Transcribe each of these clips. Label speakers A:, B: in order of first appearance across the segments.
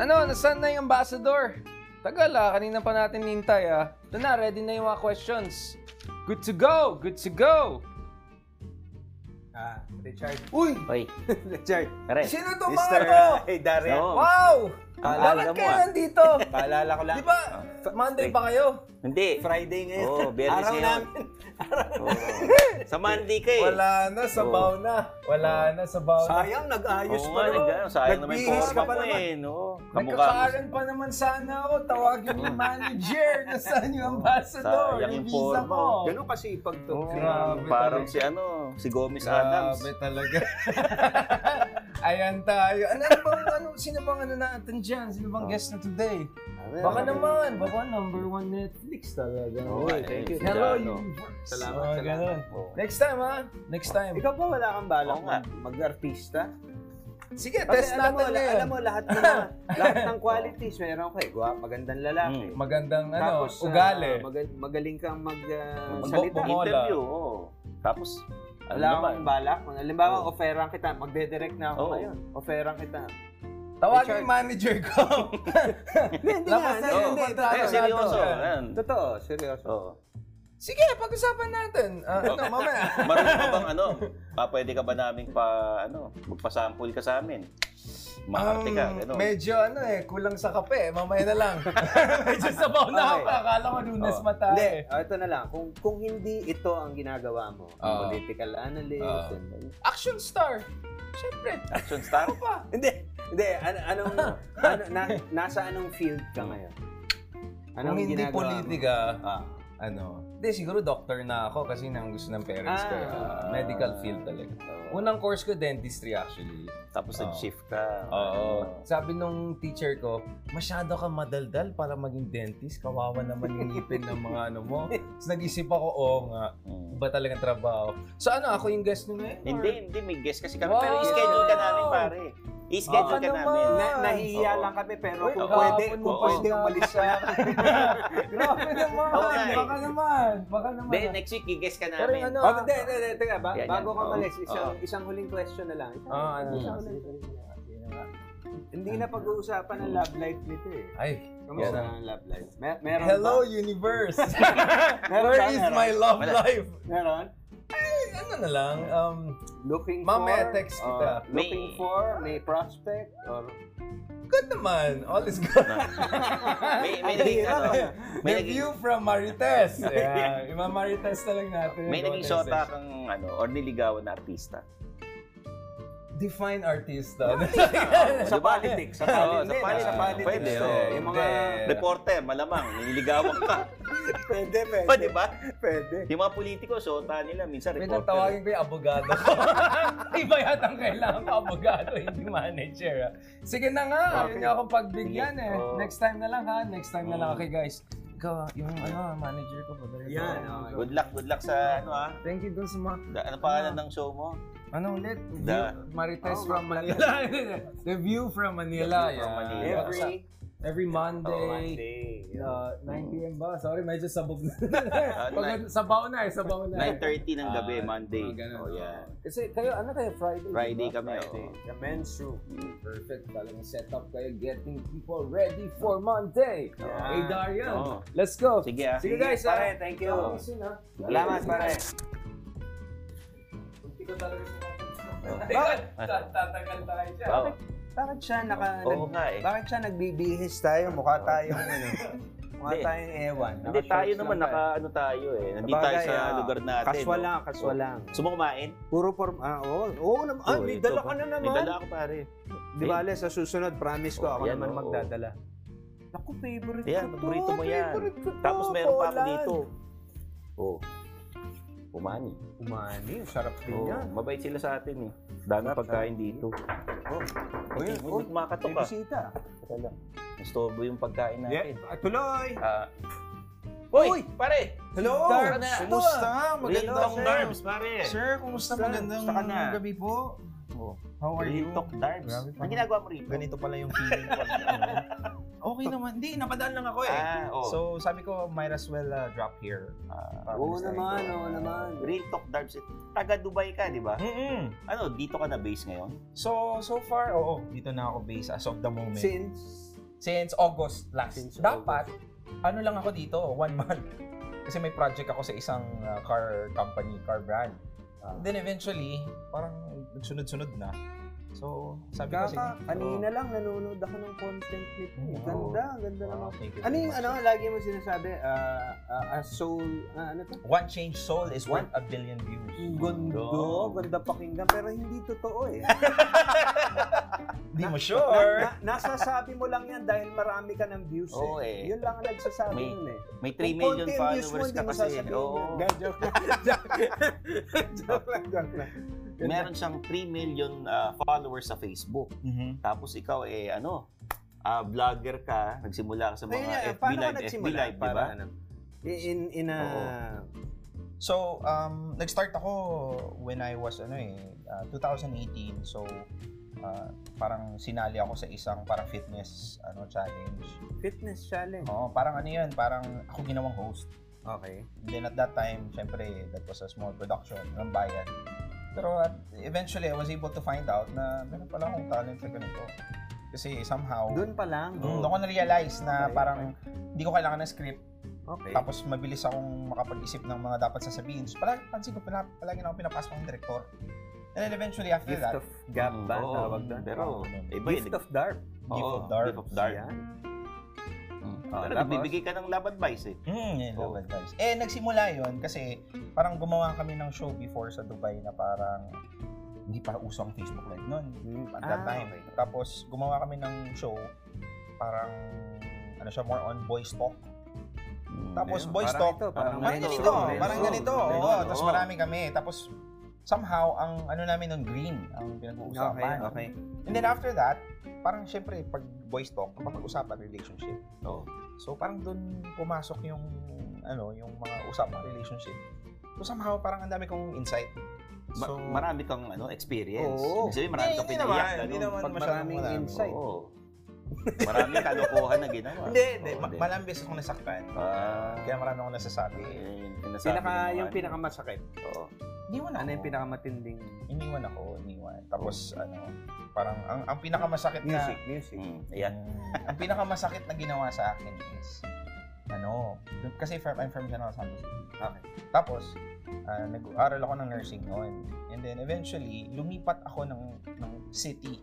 A: Ano, nasan na yung ambassador? Tagal ah, kanina pa natin nintay ah. Ito na, ready na yung mga questions. Good to go! Good to go!
B: Ah, Richard.
A: Uy!
C: Hoy,
B: Richard.
C: pare.
A: Sino itong mga
B: Mr.
A: to?
B: Ay, Daria.
C: Oo.
A: Wow!
C: Alam
A: Bakit
C: mo,
A: kayo
C: ah.
A: nandito?
B: Paalala ko lang.
A: Di ba, Monday pa kayo?
C: Hindi.
B: Friday ngayon.
C: Oo, biyernes
B: Araw
C: ngayon.
B: namin. Araw
C: Oo. Sa Monday ka eh.
A: Wala na, sabaw na. Wala na, sabaw na.
B: Sayang, nag-ayos
C: Oo
B: pa
C: nga,
B: naman.
C: nag- sayang naman yung
B: Nagbihis ka
C: forma
B: pa
C: mo
B: naman.
C: eh. No? Kamukha mo.
A: Nagkakaaran pa naman sana ako. Tawagin yung manager. Nasaan yung ambassador?
C: sayang
A: Yung
C: yung
A: visa
C: forma,
A: ko.
C: oh.
B: Ganun kasi pag to.
C: Oo,
A: Grabe
C: parang
A: talaga.
C: si ano, si Gomez Adams.
A: Grabe talaga. Ayan tayo. Ano ano bang, ano, sino bang ano natin dyan? Sino bang guest na today?
B: Ano?
A: Baka naman. Baka number one Netflix talaga.
C: Oo,
A: Uy,
C: eh, si
A: Hello,
C: ano.
A: universe.
B: Salamat,
A: Mga
B: salamat.
A: ganun.
C: Oo.
A: Next time, ha? Next time.
B: Ikaw ba wala kang balak
C: Oo nga.
B: mag-artista?
A: Sige,
B: Kasi
A: test
B: alam mo,
A: natin
B: ala-
A: ngayon.
B: alam mo, lahat ng, mga, lahat ng qualities meron ko eh. Gwa, magandang lalaki.
C: Mm.
A: Magandang ano,
B: Tapos, ah,
A: ugali.
B: maga- magaling kang mag, ah,
C: Mag-
B: magsalita.
A: bumola.
C: Interview, oo. Tapos, ano
B: Wala
C: naman?
B: akong balak. Halimbawa,
C: Oo.
B: offeran kita. Magdedirect na ako
C: Oo.
B: ngayon. Offeran kita.
A: Tawagin
B: Richard.
A: yung manager ko.
B: Hindi, hindi
A: Lakas
B: nga,
A: na
B: hindi,
A: yung
B: hindi.
A: kontrata
C: Eh,
A: natin.
C: seryoso. Ayan.
B: Totoo, seryoso.
C: Oo.
A: Sige, pag-usapan natin. Ah, ano, mamaya.
C: Marunong ka bang ano? Pa, pwede ka ba namin pa, ano, magpasample ka sa amin? Maarte ka,
A: Um,
C: gano'n.
A: Medyo ano eh, kulang sa kape. Mamaya na lang. medyo sabaw na ako.
B: Okay.
A: Akala ko lunes
C: Oh.
A: mata
B: Hindi,
A: eh.
B: oh, ito na lang. Kung kung hindi ito ang ginagawa mo,
A: Oo.
B: political analyst,
A: Oo.
B: and-
A: Action star. Siyempre.
C: Action star?
A: Ano pa?
B: hindi, hindi, ano, anong, ano, na, nasa anong field ka ngayon?
A: Hmm. Kung hindi
B: ginagawa mo?
A: politika,
B: Ah.
A: ano, hindi, siguro doctor na ako kasi nang gusto ng parents ko. eh.
B: Ah.
A: medical field talaga.
C: Oo.
A: Unang course ko, dentistry actually.
C: Tapos
A: Oo.
C: nag-shift ka.
A: Oo. Sabi nung teacher ko, masyado ka madaldal para maging dentist. Kawawa naman yung ngipin ng mga ano mo. Tapos nag-isip ako, oo nga,
C: Mm.
A: iba talagang trabaho. So ano, ako yung guest nyo ngayon?
C: Hindi, hindi. May guest kasi kami.
A: Wow!
C: Pero i-schedule ka namin, pare. I-schedule
A: Baka
C: ka
A: naman.
C: namin.
B: Na, nahihiya
C: Oo.
B: lang kami pero
A: Uy,
B: kung
A: kahapon
B: pwede,
A: mo
B: kung
C: pa
B: pwede
A: siya.
B: umalis na lang.
A: Grabe naman!
C: Oo nga eh.
A: Baka naman! Baka naman!
C: Hindi, next week, i-guest ka
A: Pero yung
C: namin.
A: ano,
B: Oh, hindi, hindi, hindi, teka, ba,
C: Yan, yan.
B: bago ka
C: Oo.
B: umalis, isang,
C: Oo.
B: isang huling question na lang. Isang,
A: Ah, ano?
B: isang huling question na lang. Hindi na pag-uusapan ang
A: Hmm.
B: love life nito eh.
A: Ay, Yan.
B: Kamusta na ang love life? Mer meron
A: hello
B: ba?
A: universe!
B: Meron
A: Where
B: ba?
A: is
B: Meron?
A: my love
C: Wala.
A: life?
B: Meron?
A: Ay, ano na lang, um,
B: Looking
A: Mamaya
B: for?
A: text
B: oh,
A: kita.
B: looking
C: May-
B: for? May prospect? Or...
A: good naman. All is good.
C: May, may,
B: Ang
C: naging,
B: hirap
C: ano,
B: eh.
C: may
A: The
C: naging,
A: view from Marites. Yeah, yung mga Marites na lang natin.
C: may naging
A: Marites. eh.
C: shota kang, ano, or niligawan na artista.
A: Define ah. Diba? artista.
B: Sa politics. Sa
C: Oo, sa
B: politics. Hindi,
C: politics.
A: Ah,
B: nasa politics.
C: Pwede,
B: eh.
A: oh.
C: oo.
B: Yung mga...
A: Hindi.
C: Reporter, malamang, nililigawan ka.
B: Pwede, pwede.
C: pa, di ba?
B: Pwede.
C: Yung mga politiko, shota nila, minsan
A: May
C: reporter. eh.
A: tawagin ko yung abogado ko. Iba yata ang kailangan ko, abogado, hindi manager. ah. Sige na nga,
C: Okay.
A: yun yung akong pagbigyan eh.
C: Oo.
A: Next time na lang ha, next time na lang.
C: Oo.
A: Okay guys, ikaw ah, yung ano, manager ko. Padala ko.
B: Yan, okay.
C: Good luck, good luck sa, ano ah,
A: Thank you dun sa mga,
C: da- ano pangalan ng show mo?
A: ano ulit?
C: Da-
A: View- Marites
B: Oh,
A: from
B: Marites.
A: Manila. The View from Manila.
C: The View from
A: yeah.
C: Manila.
A: Every,
C: Oh,
B: Every
A: every Monday.
B: Monday.
A: Uh, 9 p.m. ba? Sorry, medyo sabog na.
C: nine-
A: Pag, sabaw na eh, sabaw na. eh.
C: 9.30 ng gabi,
A: Ah,
C: Monday.
A: mga ganun.
C: Oh, yeah.
A: Kasi kayo, ano kayo, Friday? di
C: Friday
A: ba?
C: kami, oh.
B: Friday.
C: oo.
B: The men's room.
C: Mm.
A: Perfect. Talagang set up kayo, getting people ready for Monday.
C: Yeah.
A: Hey, Darian,
C: Oo.
A: let's go.
C: Sige ah.
A: See you guys, ha?
B: Pare, thank you.
A: Talk to you soon, ha?
B: Salamat, pare.
A: Hindi ko talaga
C: Oh.
B: Bakit?
A: Tatagal tayo siya.
C: Oo.
B: Bakit siya naka...
C: Oo
B: nag-
C: nga eh.
B: Bakit siya nagbibihis tayo? Mukha tayo ano. Mukha
C: Oh. Hindi.
B: tayong ewan.
C: Hindi
B: Naka-shorts
C: tayo naman,
B: lang tayo.
C: naka ano tayo eh. Nandito tayo
B: Sabagay,
C: sa
B: ah.
C: lugar natin.
B: Kaswal
C: no? Oh.
B: lang, kaswal lang.
C: Gusto mo kumain?
B: Puro form... Ah, oo. Oo naman. Ah,
C: Oo,
B: may
C: Oh, ito
B: dala
C: pa.
B: ka na
C: May
B: naman.
C: dala ako pare.
B: Di ba, Ale, sa susunod, promise ko,
C: Oh,
B: ako
C: yan,
B: naman
C: oo.
B: magdadala. Naku, favorite
C: Yan,
B: ko to.
C: paborito mo yan.
B: favorite ko to,
C: Tapos meron pa ako
B: Poland.
C: dito. Oh. Kumani.
B: Umani, sarap din
C: Oh,
B: yan.
C: mabait sila sa atin eh. Dami
B: Sarap,
C: pagkain dito.
B: Oh,
C: Pag
B: Ayun,
C: oh,
B: oh.
C: kumakatok
B: may
C: ka.
B: bisita.
C: Gusto yung pagkain
B: Yeah.
C: natin.
B: ah, Tuloy!
C: Ah.
B: Uy!
C: Hoy, pare!
B: Hello!
C: Darbs,
B: Kumusta?
C: Magandang
B: sir.
C: Darbs, pare!
A: Sir, kumusta?
B: Sir,
A: Magandang
C: kumusta ka na?
A: gabi po.
C: Oh.
A: How are you?
C: Real talk, Darbs.
A: Grabe pa.
C: Ang ginagawa mo rito?
A: Ganito pala yung feeling ko. okay naman. Hindi, napadaan lang ako eh.
C: ano. Ah, oh.
A: So, sabi ko, might as well uh, drop here.
C: Ah,
B: Oo naman, oo naman.
C: Real talk, Darbs. Taga Dubai ka, di ba?
A: Mm-mm.
C: Ano, dito ka na base ngayon?
A: So, so far, oo. Dito na ako based as of the moment.
B: Since
D: since August last.
B: Since
D: Dapat, ano lang ako dito, one month. Kasi may project ako sa isang uh, car company, car brand. Then eventually, parang nagsunod-sunod na. So, sabi ko sige.
B: Kaka, kanina lang nanonood ako ng content nito.
D: Oo.
B: Ganda, ang ganda
D: Wow,
B: naman.
D: thank you
B: Ano
D: very
B: yung
D: much.
B: ano, lagi mo sinasabi, ah, ah, a soul, ah, ano to?
D: One Change Soul is worth a billion views.
B: Gondo, ganda pakinggan, pero hindi totoo eh.
D: Hindi mo
B: Na,
D: sure.
B: na, nasasabi mo lang yan dahil marami ka ng views eh.
C: Oo eh.
B: Yun lang ang nagsasabi
C: May-
B: yun eh.
C: May 3
B: Kung
C: million
B: konti ang views
C: followers
B: mo,
C: ka
B: hindi mo
C: kasi.
B: sasabihin
C: Oo.
B: yun. Hindi, joke lang. joke lang, joke lang.
C: Meron siyang 3 million ah, followers sa Facebook.
D: Mhm.
C: Tapos ikaw eh ano, ah, vlogger ka, nagsimula ka sa mga
B: Ayun nga, eh,
C: FB
B: paano ka
C: Live, FB
B: nagsimula?
C: Live, di ba?
B: Para ano? In, in a...
C: Oo.
D: So, um, nag-start ako when I was, ano eh, uh, 2018. So, uh, parang sinali ako sa isang parang fitness ano challenge.
B: Fitness challenge.
D: Oo, parang ano yun, parang ako ginawang host.
B: Okay.
D: Then at that time, syempre, that was a small production ng bayan. Pero at, eventually, I was able to find out na meron pala akong talent sa ganito. Kasi somehow,
B: Doon pa lang.
C: Mm,
D: doon ako na-realize
B: Okay,
D: na parang hindi ko kailangan ng script.
B: Okay.
D: Tapos mabilis akong makapag-isip ng mga dapat sasabihin. So, palagi, pansin ko, pala, palagi na ako pinapasok ng director. And then eventually after
B: Gift
D: that,
B: of gab ba?
C: Oo,
B: Tawag doon.
C: Mm, Pero, iba yun.
B: Gift of dark.
C: Oo,
D: Gift of Dark.
C: Gift of Dark.
B: Yan.
C: Mm.
B: Ah,
C: Pero
B: tapos?
C: nagbibigay ka ng love advice eh.
D: mm, yun,
C: Oo.
D: love
B: Oh.
D: advice. Eh, nagsimula yon kasi parang gumawa kami ng show before sa Dubai na parang hindi pa uso ang Facebook Live noon at that
B: Ah,
D: time. eh.
B: okay.
D: Tapos gumawa kami ng show parang ano siya, more on voice talk. Tapos
B: Hmm, Ayun,
D: voice
B: parang
D: talk,
B: ito, parang
D: parang
B: ganito,
D: ganito,
B: ganito.
D: parang ganito.
B: Oo,
D: Oo,
C: ganito.
D: tapos
C: Oo.
D: marami kami. Tapos somehow ang ano namin ng green ang pinag-uusapan.
B: Okay, okay.
D: And then after that, parang syempre pag voice talk, mapag-usapan relationship.
C: Oo.
D: So parang doon pumasok yung ano, yung mga usapan relationship. So somehow parang ang dami kong insight.
C: Ma-
D: So
C: marami kang ano, experience.
B: Oo.
C: Ibig sabihin, marami
D: Hindi,
C: kang
D: hindi
C: pinaiyak.
D: naman, hindi
C: ganun.
D: naman
B: Pag
D: masyadong
B: maraming
D: marami.
B: insight.
C: Oo. Maraming kalokohan na ginawa.
D: Hindi, hindi.
C: Oo,
D: Ma- maraming beses akong nasaktan.
C: Oh, Ah, Ano
D: Kaya marami akong nasasabi.
C: yun, pinasabi
B: Pinaka,
C: ng mga
B: yung
C: ano.
B: pinakamasakit.
C: Oo.
D: Iniwan ako.
B: Ano yung pinakamatinding
D: Iniwan ako, iniwan. Tapos ano, parang ang, ang pinakamasakit na...
B: music? Music.
C: Mm, ayan.
D: Mm, ang pinakamasakit na ginawa sa akin is, ano, kasi from, I'm from General Santos City. Okay. Tapos, ah, nag-aaral ako ng nursing noon. And then eventually, lumipat ako ng, ng city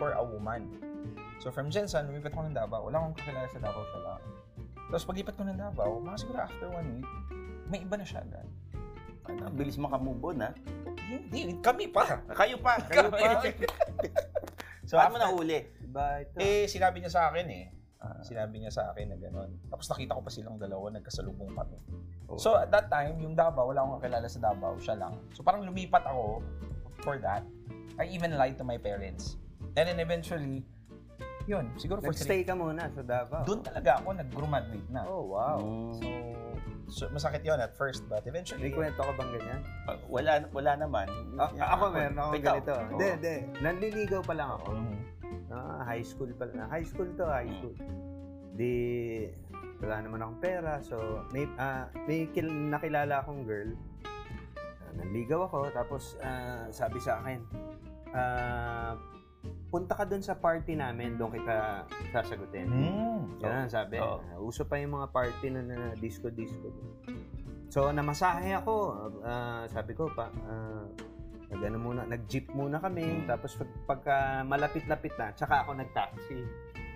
D: for a woman. So from Jensen, lumipat ako ng Davao. Wala akong kakilala sa Davao siya lang. Tapos paglipat ko ng Davao, mga siguro after one week, may iba na siya agad.
C: Ano, ang bilis makamove on, ha?
D: Hindi, kami
C: Ah,
D: pa.
C: Kayo pa, kayo pa.
D: so,
C: So, ano mo
D: after,
C: na uli?
B: Ba, ito.
D: eh, sinabi niya sa akin eh.
B: Ah.
D: sinabi niya sa akin na gano'n. Tapos nakita ko pa silang dalawa, nagkasalubong kami.
C: Oh.
D: So at that time, yung Davao, wala akong kakilala sa Davao, siya lang. So parang lumipat ako for that. I even lied to my parents. And then eventually, yun, siguro for
B: Nag-stay
D: three.
B: ka muna sa Davao.
D: Doon talaga ako nag-graduate na.
B: Oh,
C: Ah,
B: wow.
C: Hmm.
D: So, so, masakit yun at first, but eventually,
B: May kwento ka bang ganyan?
C: Ah, wala, wala naman.
B: Ah, ako meron ako
C: Ikaw?
B: ganito.
C: Oo.
B: Hindi, hindi. Nanliligaw pa lang ako.
D: Mhm.
B: Ah, high school pa lang. High school to, high
C: Hmm.
B: school. Di, wala naman akong pera. So, may, ah, may kil- nakilala akong girl. Ah, nanligaw ako. Tapos, ah, sabi sa akin, ah, punta ka dun sa party namin. Doon kita sasagutin.
C: Hmm.
D: Mm.
B: Yan, sabi.
C: Oo.
B: Uh, uso pa yung mga party na, na disco-disco. So, namasahe ako. Ah, sabi ko, pa, ah, nag-ano muna, nag-jeep muna kami.
C: Hmm.
B: Tapos pag, pagka malapit-lapit na, tsaka ako nag-taxi.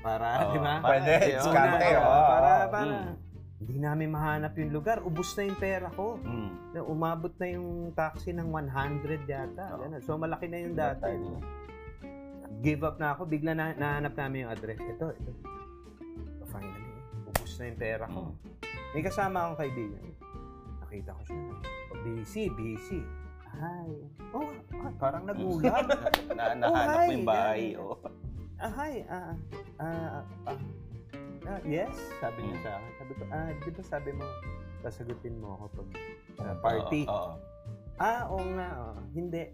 B: Para,
C: Oo.
B: ah, di ba?
C: Para-
D: Pwede,
C: Oo,
D: diskarte,
B: na-
D: oo.
B: Para, para.
C: Mm.
B: Hindi namin mahanap yung lugar. Ubus na yung pera ko.
C: Mm.
B: Na- Umabot na yung taxi ng 100 yata.
C: Oo.
B: Ganun. So, malaki na yung
D: That
B: dati
D: time.
B: give up na ako. Bigla na nahanap namin yung address. Ito, ito. So, finally, ubus na yung pera ko.
C: Mm.
B: May kasama akong kaibigan. Nakita ko siya. Oh, Busy, busy. Hi. Oh, ah, parang nagulat.
C: Na, nahanap ko
B: hi,
C: yung bahay.
B: ganyan,
C: oo.
B: ah, hi. Ah, ah, ah, ah, ah, yes, sabi niya
C: Mm.
B: sa akin. Sabi ko, ah, di ba sabi mo, sasagutin mo ako pag sa
D: Oo,
B: party.
C: Oo, oo.
B: Ah, oo nga. oo. Hindi.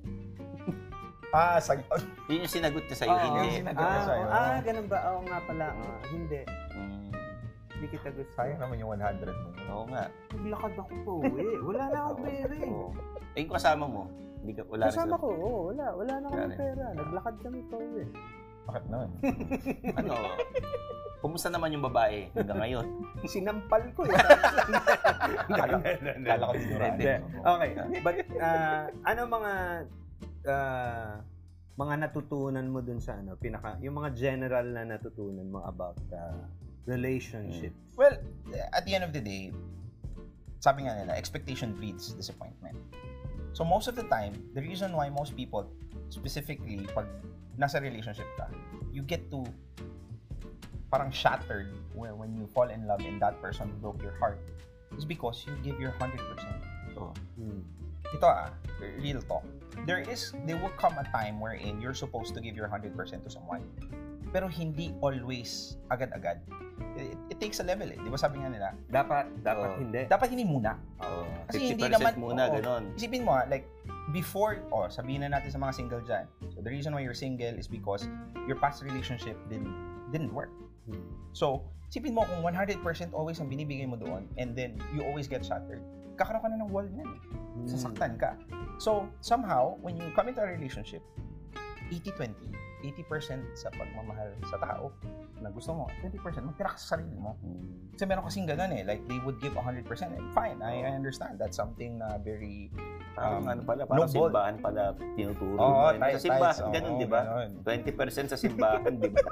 D: Ah, sag-
C: Yun yung sinagot niya sa'yo.
B: Oo.
C: Hindi.
D: Yung sinagot niya
B: ah,
D: sa'yo.
B: oo, ah, ganun ba? Oo nga pala. oo. hindi.
C: Mm.
B: Hindi kita gusto.
D: sayang naman yung 100 mo.
C: Oo nga.
B: Naglakad ako po eh. Wala na akong pera eh.
C: Oo. Eh, yung kasama mo? Hindi ka, wala rin sila-
B: Kasama ko, oo, wala. Wala
C: Wala
B: na akong
C: rin.
B: pera. Naglakad kami po eh.
D: Bakit naman?
C: Ano? Kumusta naman yung babae hanggang ngayon?
B: Sinampal ko eh.
D: Kala ko dinuraan.
B: Hindi. Okay. But ah, ano mga ah, mga natutunan mo dun sa ano, pinaka yung mga general na natutunan mo about ah, relationships.
D: Well, at the end of the day, sabi nga nila, expectation breeds disappointment. So most of the time, the reason why most people, specifically pag nasa relationship ka, you get to parang shattered when, when you fall in love and that person broke your heart is because you give your 100%. So,
B: Hmm.
D: ito ah, real talk. There is, there will come a time wherein you're supposed to give your 100% to someone. Pero hindi always agad-agad. It, it takes a level eh. Di ba sabi nga nila,
B: Dapat dapat
C: Oo.
B: hindi.
D: dapat hindi muna.
C: Oh,
D: Kasi
C: 50%
D: hindi naman-
C: muna,
D: oo.
C: ganon.
D: Isipin mo ah, like, before, oh, sabihin na natin sa mga single dyan. So, the reason why you're single is because your past relationship didn't, didn't work.
B: Hmm.
D: So, isipin mo kung 100% always ang binibigay mo doon and then you always get shattered, kakaroon ka na ng wall niyan eh.
B: Hmm.
D: sasaktan ka. So, somehow, when you come into a relationship, 80-20, 80% sa pagmamahal sa tao na gusto mo, 20% magtira ka sa sarili mo.
C: Mm.
D: Kasi meron kasing ganun eh, like they would give 100% and fine, I, I understand. That's something na very...
C: Parang
D: Um,
C: ano pala, parang
D: no ball.
C: simbahan pala tinuturo.
D: Oo,
C: Ano, sa
D: tayo-
C: simbahan,
D: tayo-
C: ganun,
D: Oh, oo,
C: di ba?
D: ganun.
C: 20% sa simbahan, di ba?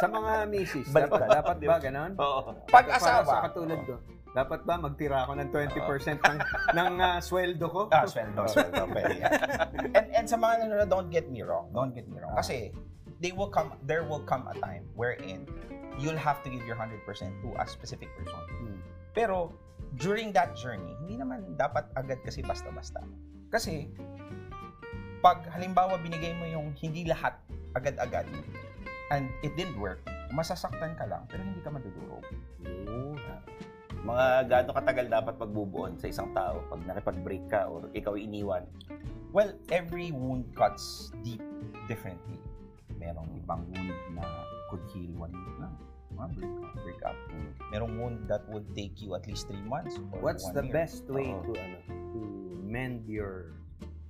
B: Sa mga misis,
C: Balik
B: dapat,
C: ba?
B: dapat ba ganon?
C: Oo.
D: Pag-asawa.
B: Para sa katulad ko. Dapat ba magtira ako ng 20% ng ng ah, sweldo ko?
D: Ah, sweldo, sweldo, pwede yan. And, and sa mga nanonood, don't get me wrong, don't get me wrong. Kasi, they will come, there will come a time wherein you'll have to give your 100% to a specific person.
B: Hmm.
D: Pero during that journey, hindi naman dapat agad kasi basta-basta. Kasi pag halimbawa binigay mo yung hindi lahat agad-agad and it didn't work, masasaktan ka lang pero hindi ka madudurog.
C: Mga gaano katagal dapat pagbubuon sa isang tao pag nakipag-break ka or ikaw ay iniwan.
D: Well, every wound cuts deep differently. Merong ibang wound na could heal one week lang. Mga break up, break up. Merong wound that would take you at least three months or
B: What's
D: one
B: the
D: year.
B: best way
C: Oo.
B: to ano to mend your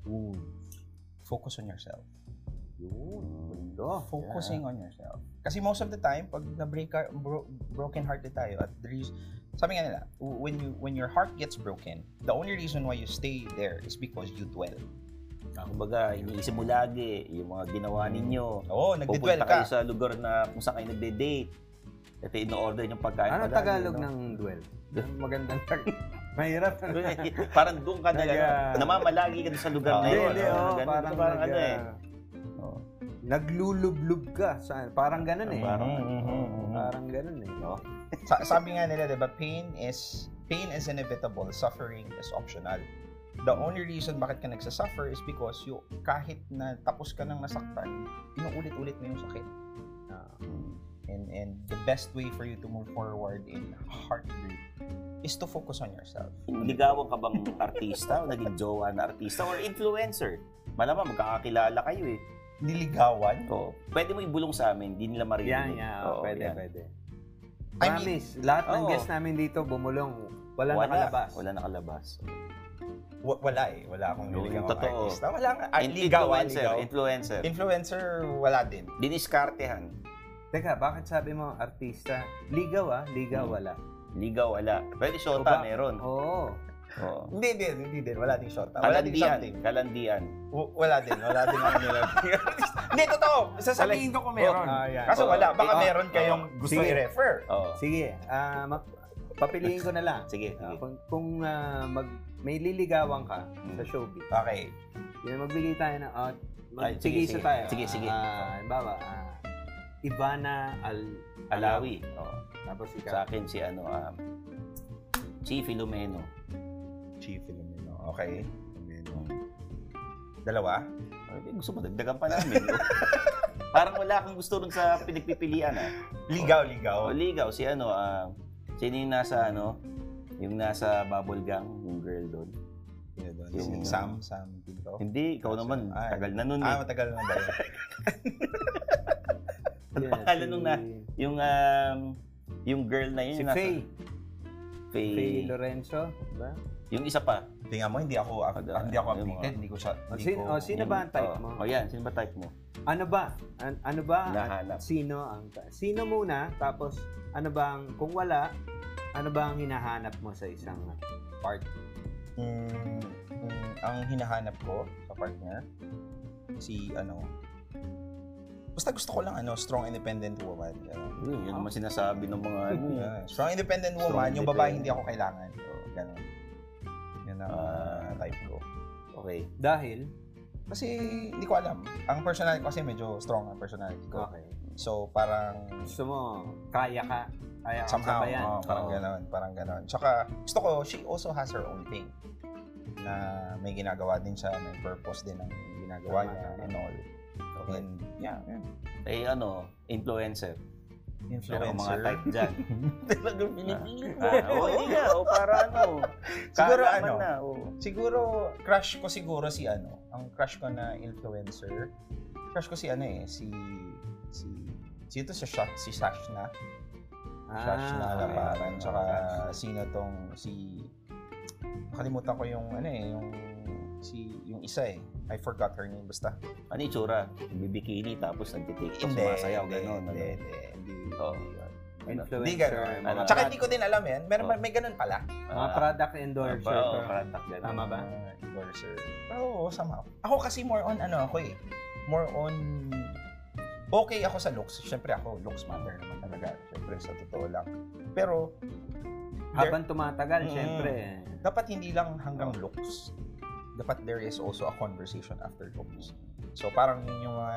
B: wounds?
D: Focus on yourself.
B: Yun, mundo.
D: focusing on yourself. Kasi most of the time, pag na-break ka- bro- broken-hearted tayo, at the reas- sabi nga nila, w- when, you, when your heart gets broken, the only reason why you stay there is because you dwell.
C: Kumbaga, iniisip mo lagi yung mga ginawa ninyo.
D: Oo, oh,
C: Pupunta
D: nagdidwell
C: kayo
D: ka.
C: sa lugar na kung saan kayo nagde-date. Ito, in-order yung pagkain.
B: Anong
C: pala,
B: Ano Tagalog
C: yun, no?
B: ng duel? Magandang tag. Mahirap.
C: parang doon ka na,
B: Nag-
C: ano, namamalagi ka doon sa lugar na
B: Ah, Hindi,
C: yun.
B: hindi,
C: ano,
B: oo,
C: ganun.
B: parang,
C: parang
B: nag,
C: ano eh.
B: ah, Naglulublub ka. Sa, parang ganun eh.
C: Parang-
B: Parang ganun eh. No?
D: Mm-hmm, Sa- sabi nga nila, di ba, pain is, pain is inevitable, suffering is optional. The only reason bakit ka nagsasuffer is because you, kahit na tapos ka ng nasaktan, inuulit-ulit mo yung sakit. Ah, and and the best way for you to move forward in heartbreak is to focus on yourself.
C: Ligawan ka bang artista o naging jowa na artista or influencer? Malamang magkakakilala kayo eh.
D: Niligawan?
C: Oo. Pwede mo ibulong sa amin, hindi nila marinig.
B: Yan, yan.
C: Oo,
B: pwede,
C: yan.
B: pwede.
D: I mean-
B: Promise, lahat ng
C: Oo.
B: guests namin dito bumulong. Wala,
C: Wala,
B: nakalabas.
C: Wala nakalabas.
D: W- wala eh. Wala akong
C: Yung
D: niligawan
C: totoo.
D: artista. Wala nga. Ay,
C: In-
D: ligawan,
C: influencer,
D: ligaw.
C: influencer.
D: Influencer, wala din.
C: Diniskartehan.
B: Teka, bakit sabi mo artista? Ligaw ah, ligaw
C: Hmm.
B: wala.
C: Ligaw, wala. Pwede
B: Oba.
C: shota, meron.
B: Oo.
C: Oo.
D: Hindi din, hindi din. Wala ding shot. Wala ding
C: Kalandian.
D: something.
C: Kalandian.
D: W- wala din. Wala din ako nilagay. Hindi, totoo. Sasabihin ko kung meron.
B: Ah, yan.
D: Kaso
C: Oo.
D: wala. Baka
C: Ah,
D: meron kayong gusto
B: Sige.
D: i-refer.
C: Oo.
B: Sige, ah, mag- papiliin ko na lang.
C: Sige, sige.
B: Ah, kung kung ah, mag, may liligawan ka
C: Mm.
B: sa showbiz,
D: Okay.
B: yun, magbigay tayo ng out.
C: Ay,
B: Mag-
C: sige,
B: sige, isa
C: sige.
B: tayo.
C: Sige, sige.
B: Ah, halimbawa, ah, Ivana Al
C: Alawi. Oo.
B: Tapos
C: Sa
B: ikaw.
C: akin si ano, um, si Filomeno.
D: Chief Filomeno. Okay. Filomeno. Dalawa?
C: Ay, gusto mo, dagdagan pa namin. no? Parang wala kang gusto rin sa pinagpipilian. Ah.
D: Ligaw, ligaw.
C: O ligaw, si ano, ah, sino yung nasa ano, yung nasa bubble gang, yung girl doon.
D: Sino doon?
C: Yung-
D: Si Sam, Sam Pinto.
C: Hindi, ikaw naman,
D: Ah,
C: tagal na nun eh.
D: Ah, matagal na ba yun?
C: Ano pangalan nung na, yung, um, yung girl na yun.
B: Si
C: nasa-
B: Faye.
C: Faye.
B: Faye Lorenzo. diba? Ba?
C: Yung isa pa.
D: Tingnan mo, Oh, hindi ako,
C: Ah,
D: hindi ako
C: yung
D: updated.
C: mga-
D: Hindi ko siya,
B: O,
D: hindi
B: sin-
D: ko...
B: o, sin- Sino
C: Yung-
B: ba ang type
C: oh,
B: mo?
C: O yan, sino ba type mo?
B: Ano ba? An- ano ba?
C: Hinahanap.
B: At sino ang sino muna tapos ano bang kung wala ano ba ang hinahanap mo sa isang part?
D: Mm, mm, ang hinahanap ko sa partner, si ano, basta gusto ko lang ano, strong independent woman. Ganun.
C: Yun, yun naman sinasabi ng mga ano eh.
D: Yeah, Strong independent woman,
C: Strong
D: yung babae
C: independent.
D: hindi ako kailangan. So, ganun. Yun ang
C: Ah.
D: type ko.
C: Okay.
B: Dahil
D: Kasi hindi ko alam. Ang personality ko kasi medyo strong ang personality ko.
B: okay.
D: So parang
B: Gusto mo kaya ka kaya ka
D: somehow,
B: sabayan.
D: oo, parang
B: Oo.
D: gano'n, parang gano'n. Tsaka, gusto ko, she also has her own thing. Na may ginagawa din siya, may purpose din ang ginagawa
B: Tama,
D: niya
B: tama.
D: and all.
C: Okay.
D: And, yeah, yeah.
C: Eh ano, influencer. Meron mga
D: influencer.
C: type dyan.
D: Talagang
C: Ah, oo, hindi nga. O para ano.
D: Siguro
C: kaalaman
D: ano,
C: Na, oo.
D: siguro, crush ko siguro si ano, ang crush ko na influencer, crush ko si ano eh, si, si, sino to si, Sha, si Sashna? Sashna
B: Ah, okay. Ah,
D: Labaran,
B: Okay.
D: tsaka sino tong, si, nakalimutan ko yung ano eh, yung, si, yung isa eh, I forgot her name, basta.
C: Ano yung tsura? Bibikini tapos nagtitiktok, sumasayaw, gano'n.
D: hindi,
C: Ano?
D: hindi, hindi,
C: Oo.
D: Hindi
B: Oh. influencer.
D: ganun.
C: Ano?
D: Tsaka hindi ko din alam yan. Meron,
C: Oh.
D: May ganun pala.
B: mga
C: Ah.
B: product endorser.
C: Oo, product, gano'n.
B: Tama ba?
D: Ah, endorser. Oo, somehow. Ako kasi more on ano ako eh. More on okay ako sa looks. Siyempre ako, looks matter naman talaga. Siyempre sa totoo lang. Pero
B: Habang tumatagal,
D: Mm.
B: syempre.
D: dapat hindi lang hanggang looks. Dapat there is also a conversation after looks. So parang yun yung mga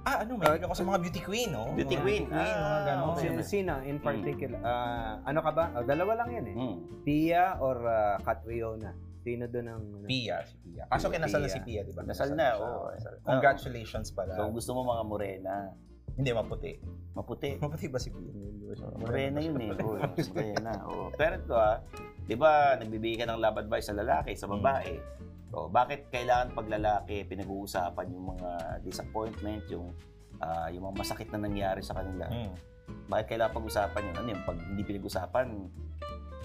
D: Ah, ano, may ako sa mga beauty queen, oh. no?
C: Beauty queen.
D: queen, mga
C: Ah,
D: ganun. Mm.
C: okay.
B: Sino, sino in particular? Ah, ano ka ba? Oh, dalawa lang yan eh.
C: Hmm.
B: Pia or ah, Catriona? Sino doon ang... ano?
D: Pia, si Pia. Kaso kinasal na si Pia, di ba?
C: Nasal na, oh. Ah.
D: siya.
C: oo.
D: Congratulations pala.
C: Kung gusto mo mga morena,
D: Hindi, maputi.
C: maputi.
D: Maputi ba si Pia? Hindi ba siya?
C: Morena yun eh. Oo, morena. Oo. Pero ito ah, di ba nagbibigay ka ng love advice sa lalaki, sa babae. O, bakit kailangan pag lalaki pinag-uusapan yung mga disappointment, yung ah, yung mga masakit na nangyari sa kanila?
D: Mm.
C: Bakit kailangan pag-usapan yun? Ano yun? Pag hindi pinag-usapan,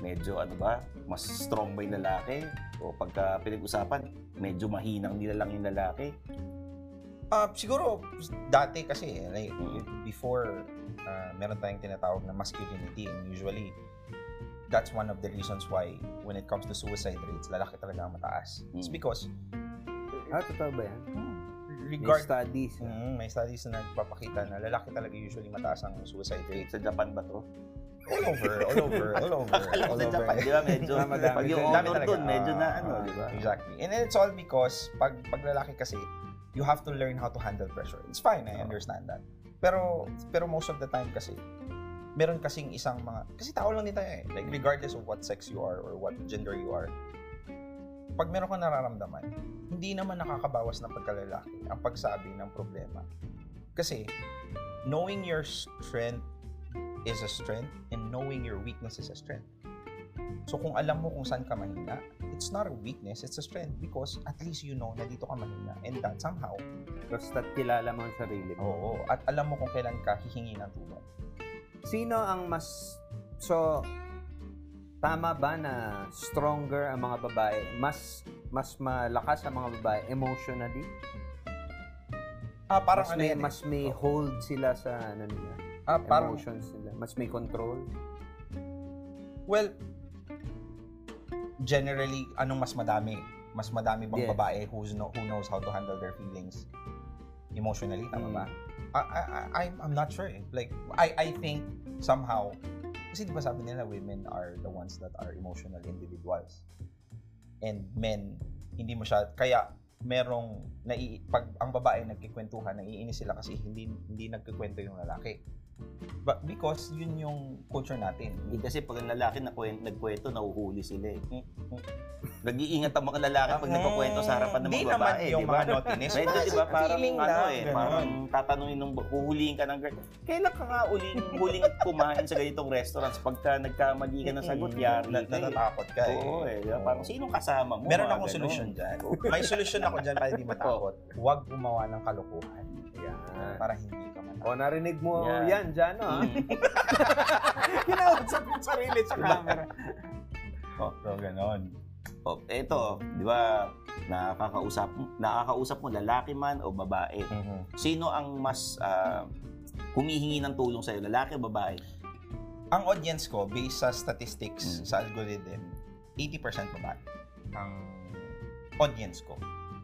C: medyo ano ba, mas strong ba yung lalaki? O pagka pinag-usapan, medyo mahinang nila lang yung lalaki?
D: Ah, siguro, dati kasi, eh, like,
C: Mm.
D: before, ah, meron tayong tinatawag na masculinity and usually, that's one of the reasons why when it comes to suicide rates, lalaki talaga ang mataas. It's
C: Mm.
D: because,
B: Ah, totoo ba yan? May
D: regard,
B: studies.
D: Mm, may studies na nagpapakita na lalaki talaga usually mataas ang suicide rate.
C: Eh, Sa Japan ba to?
D: All over, all over, all over.
C: Alam ko sa
D: all over.
C: Japan, di ba? Medyo,
B: Ah, madami
C: pag yung
B: din.
D: Dami
C: honor
D: talaga.
C: doon, medyo na
D: Ah,
C: ano, di ba?
D: Exactly. And it's all because pag paglalaki kasi, you have to learn how to handle pressure. It's fine, I
C: Oo.
D: understand that. Pero pero most of the time kasi meron kasing isang mga kasi tao lang din tayo eh. Like regardless of what sex you are or what gender you are. Pag meron kang nararamdaman, hindi naman nakakabawas ng pagkalalaki ang pagsabi ng problema. Kasi knowing your strength is a strength and knowing your weakness is a strength. So kung alam mo kung saan ka mahina, it's not a weakness, it's a strength because at least you know na dito ka mahina and that somehow,
B: Basta kilala mo ang sarili mo.
D: oo, at alam mo kung kailan ka hihingi ng tulong.
B: Sino ang mas... So, tama ba na stronger ang mga babae? Mas mas malakas ang mga babae emotionally?
D: Ah, parang
B: mas
D: ano
B: may,
D: yan eh.
B: mas may hold sila sa ano nila,
D: ah, parang,
B: emotions nila. Mas may control.
D: well, generally, anong mas madami? Mas madami bang
B: Yes.
D: babae who's no, who knows how to handle their feelings emotionally, tama
B: Mm.
D: ba? I, I, I- I'm, I'm not sure. eh. Like, I, I think somehow, kasi di ba sabi nila women are the ones that are emotional individuals. And men, hindi mo siya, kaya merong, nai, pag ang babae nagkikwentuhan, naiinis sila kasi hindi, hindi nagkikwento yung lalaki. But because yun yung culture natin.
C: Hindi kasi pag ang lalaki na nagkwento, nahuhuli sila eh. Nag-iingat ang mga lalaki pag nagkukwento sa harapan ng
D: Hindi
C: mga babae,
D: Ah. naman yung
C: di ba?
D: mga notinis.
C: Medyo, di ba, parang
D: Feeling
C: ano
D: lang,
C: eh,
D: ganun.
C: parang tatanungin nung, huhulihin ka ng girl, kailan ka nga uling, huling kumain sa ganitong restaurants? Pagka nagkamali ka ng sagot, yari
D: Na-
C: ka eh.
D: Natatakot ka eh.
C: Oo eh, di ba? parang sinong kasama mo?
D: Meron
C: Mga
D: akong
C: ganun.
D: solusyon dyan. May solusyon ako dyan para hindi matakot. Huwag gumawa ng kalokohan
B: Yan.
D: para hindi ka matakot.
B: Ah. O, narinig mo
C: Yan.
B: yan, Jano, ah. ha?
C: Mm.
B: Kinausap yung Diba? sarili sa camera.
D: So, ganon.
C: Oh, eto, di ba, nakakausap, nakakausap mo, lalaki man o babae,
D: Mhm.
C: sino ang mas ah, humihingi ng tulong sa'yo, lalaki o babae?
D: Ang audience ko, based sa statistics,
C: Mm.
D: sa algorithm, 80% babae ang audience ko.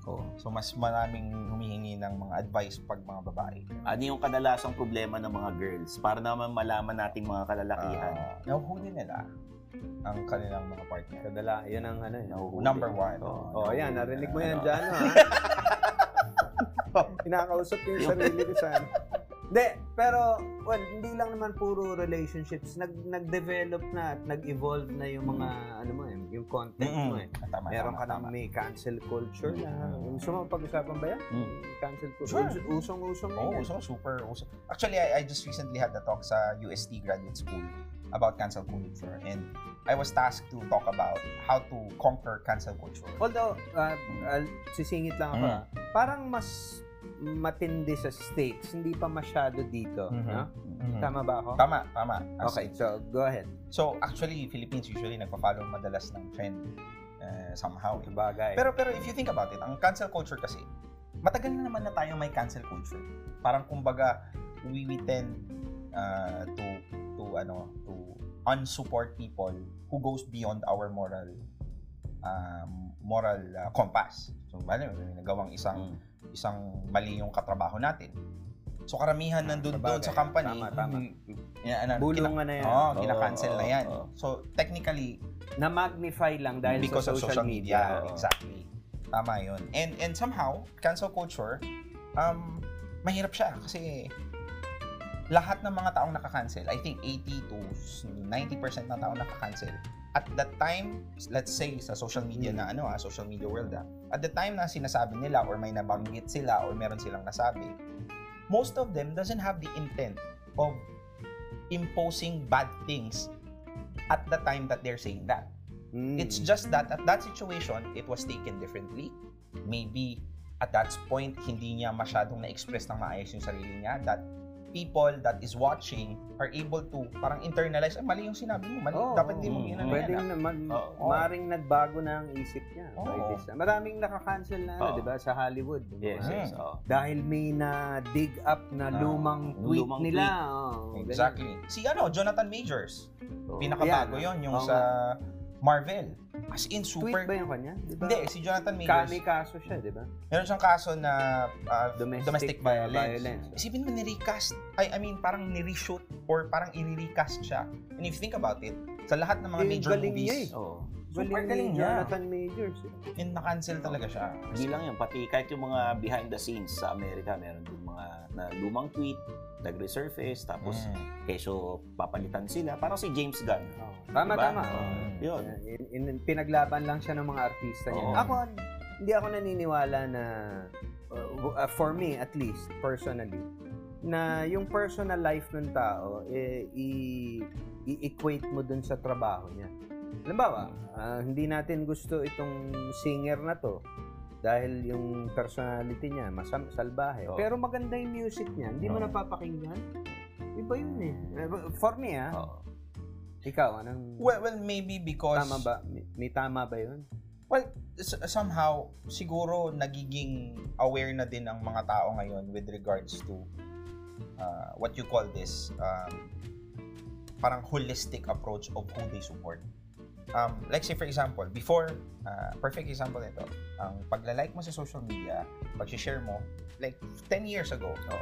C: Oo.
D: So, mas maraming humihingi ng mga advice pag mga babae.
C: Ano yung kadalasang problema ng mga girls? Para naman malaman nating mga kalalakihan.
D: Ah, nahuhuli nila ang kanilang mga partner.
B: Kadala, yan ang ano, yun.
C: Nahuhuli.
D: Ah, Number one.
B: Oh, ayan, narinig mo yan
C: Ano?
B: dyan, ha? Kinakausap ko yung sarili ko saan. Hindi, pero, well, hindi lang naman puro relationships. Nag, nag-develop na at nag-evolve na yung mga, ano mo, eh, yung content mo, eh.
D: Ah, Tama,
B: Meron
D: Mm. tama,
B: ka ng
D: tama.
B: may cancel culture na.
C: Mm.
B: Gusto mo pag-usapan ba yan?
C: Mm.
B: Cancel
D: Sure. Oh,
B: culture. Us- Usong-usong
D: Oo,
B: yan.
D: so super uso. Actually, I, I just recently had a talk sa UST graduate school about cancel culture and I was tasked to talk about how to conquer cancel culture.
B: Although, uh, uh, sisingit lang ako,
D: Mm.
B: ah. parang mas matindi sa States, hindi pa masyado dito.
D: Mhm.
B: No? Tama ba ako?
D: Tama, tama.
B: Mm-hmm.
D: As
B: Okay, so go ahead.
D: So actually, Philippines usually nagpa-follow madalas ng trend eh, somehow. eh.
B: Bagay.
D: Pero pero if you think about it, ang cancel culture kasi, matagal na naman na tayo may cancel culture. Parang kumbaga, we, we tend uh, to to ano to unsupport people who goes beyond our moral um, moral uh, compass. So, bali, may nagawang isang
C: Mm.
D: isang mali yung katrabaho natin. So, karamihan nandun doon
B: Sabagay.
D: sa company.
B: Tama, tama.
D: Yeah, ano, kina-
B: Bulungan na yan.
D: Oo,
C: Oo,
D: kinakancel na yan.
C: oo.
D: So, technically,
B: Na-magnify lang dahil
D: because
B: sa
D: of social media. Exactly. Tama yun. And, and somehow, cancel culture, um, mahirap siya kasi lahat ng mga taong nakakancel, I think 80 to 90% ng taong nakakancel, at that time, let's say sa social media na ano ah, social media world ah, at the time na sinasabi nila or may nabanggit sila or meron silang nasabi, most of them doesn't have the intent of imposing bad things at the time that they're saying that.
B: Mm.
D: It's just that at that situation, it was taken differently. Maybe at that point, hindi niya masyadong na-express ng maayos yung sarili niya that people that is watching are able to parang internalize, ay, mali yung sinabi mo, mali,
B: Oo,
D: dapat hindi mo
C: oo.
D: ginano yan.
B: Pwedeng
D: ah."
B: na mag,
C: Oo.
B: maring nagbago na ang isip niya. by
D: Oo.
B: this time. Maraming nakakancel na,
C: Oo.
B: ano, di ba, sa Hollywood. Yung
C: Yes,
B: mga-
C: yes. oo.
B: Dahil may na-dig up na
D: Ah,
B: lumang tweet
C: lumang
B: nila.
C: tweet.
B: oo, ganun.
D: Exactly. Si ano, Jonathan Majors,
C: Oo.
D: pinakabago
B: Ayan,
D: yon yung
B: Oh, oo
D: sa Marvel. As in,
B: Tweet
D: super...
B: ba yung kanya? Di ba?
D: Hindi, si Jonathan
B: Ka- may
D: Majors,
B: kaso siya, di ba?
D: meron siyang kaso na ah, domestic,
B: uh,
D: violence.
B: violence.
D: Isipin mo nirecast, I, I mean, parang nireshoot or parang i-recast siya. And if you think about it, sa lahat ng mga
B: Eh,
D: major
B: galing niya
D: movies,
C: Oo.
D: super galing
B: ni
D: niya.
B: Jonathan Majors. eh.
D: yun, na-cancel talaga siya.
C: Hindi lang yun, pati kahit yung mga behind the scenes sa Amerika, meron din mga na lumang tweet, nag-resurface, tapos
D: Mm.
C: keso papalitan sila. Parang si James Gunn.
B: Oo. Tama,
C: Diba?
B: tama.
C: Oo. yun.
B: In, in- pinaglaban lang siya ng mga artista niya.
C: Oo.
B: Ako, hindi ako naniniwala na, uh, uh, for me at least, personally, na yung personal life ng tao, eh, i- i-equate mo dun sa trabaho niya. Halimbawa, ah, hindi natin gusto itong singer na to dahil yung personality niya masam salbahe.
C: Oo.
B: Pero maganda yung music niya. Hindi mo
C: Oo.
B: napapakinggan. Iba yun eh. Eh, For me ah.
C: Oo.
B: Ikaw, anong...
D: Well, well, maybe because
B: Tama ba? May, may tama ba yun?
D: s- somehow, siguro nagiging aware na din ang mga tao ngayon with regards to uh, what you call this, um, parang holistic approach of who they support. Um, like say for example, before, uh, perfect example nito, ang pagla-like mo sa social media, pag-share mo, like 10 years ago,
C: Oo.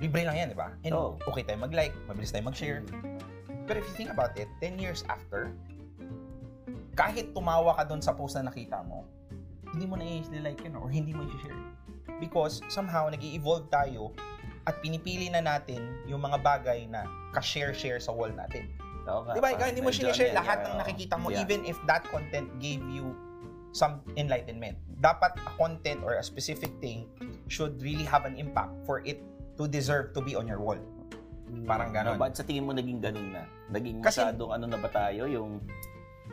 D: libre lang yan, di ba? And
C: Oo. Mm.
D: okay tayo mag-like, mabilis tayo mag-share. Pero if you think about it, 10 years after, kahit tumawa ka doon sa post na nakita mo, hindi mo na i-like yun or hindi mo i-share. Because somehow, nag evolve tayo at pinipili na natin yung mga bagay na ka-share-share sa wall natin.
C: Oo nga,
D: Di ba? Ikaw,
C: parang
D: hindi mo
C: nandiyan Ah,
D: sinishare
C: yan,
D: lahat
C: yeah,
D: ng
C: oo.
D: nakikita mo
C: Yeah.
D: even if that content gave you some enlightenment. Dapat a content or a specific thing should really have an impact for it to deserve to be on your wall. Parang
C: Ano,
D: ganon.
C: ba't sa tingin mo naging ganun na? Naging
D: Kasi-
C: masyadong ano na ba tayo? Yung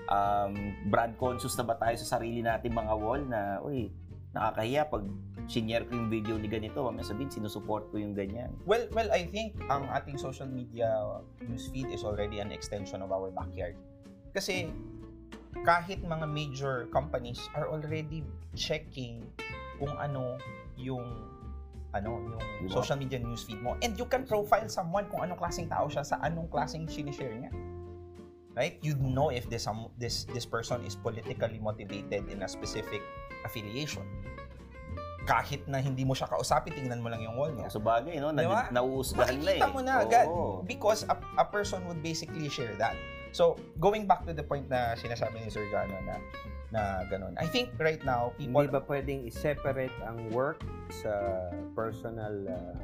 C: um, brand conscious na ba tayo sa sarili natin mga wall na, uy, nakakahiya pag sinare ko yung video ni ganito, mamaya sabihin, sinusupport ko yung ganyan.
D: Well, well, I think ang ating social media newsfeed is already an extension of our backyard. Kasi kahit mga major companies are already checking kung ano yung ano yung
C: Diba?
D: social media newsfeed mo and you can profile someone kung anong klaseng tao siya sa anong klaseng sinishare niya right you'd know if this some this this person is politically motivated in a specific affiliation kahit na hindi mo siya kausapin tingnan mo lang yung wall niya
C: Sa bagay, no? Na,
D: Diba?
C: Nauusgahan na eh.
D: Makikita mo na agad.
C: Oo.
D: because a, a person would basically share that. So, going back to the point na sinasabi ni Sir Gano na na ganun. I think right now people
B: Hindi ba pwedeng i-separate ang work sa personal ah,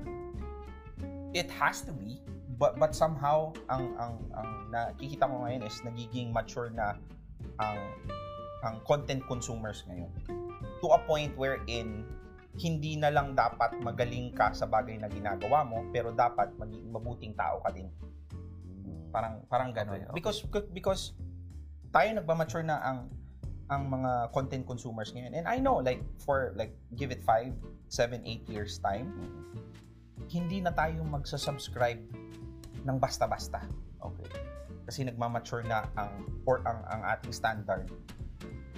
D: it has to be but but somehow ang ang ang nakikita ko ngayon is nagiging mature na ang ang content consumers ngayon to a point wherein hindi na lang dapat magaling ka sa bagay na ginagawa mo pero dapat maging mabuting tao ka din parang parang ganun
C: Okay, okay.
D: because because tayo nagmamature na ang ang mga content consumers ngayon and I know like for like give it 5 7 8 years time
C: Mm-hmm.
D: hindi na tayo magsasubscribe ng basta-basta
C: Okay.
D: kasi nagmamature na ang or ang ang ating standard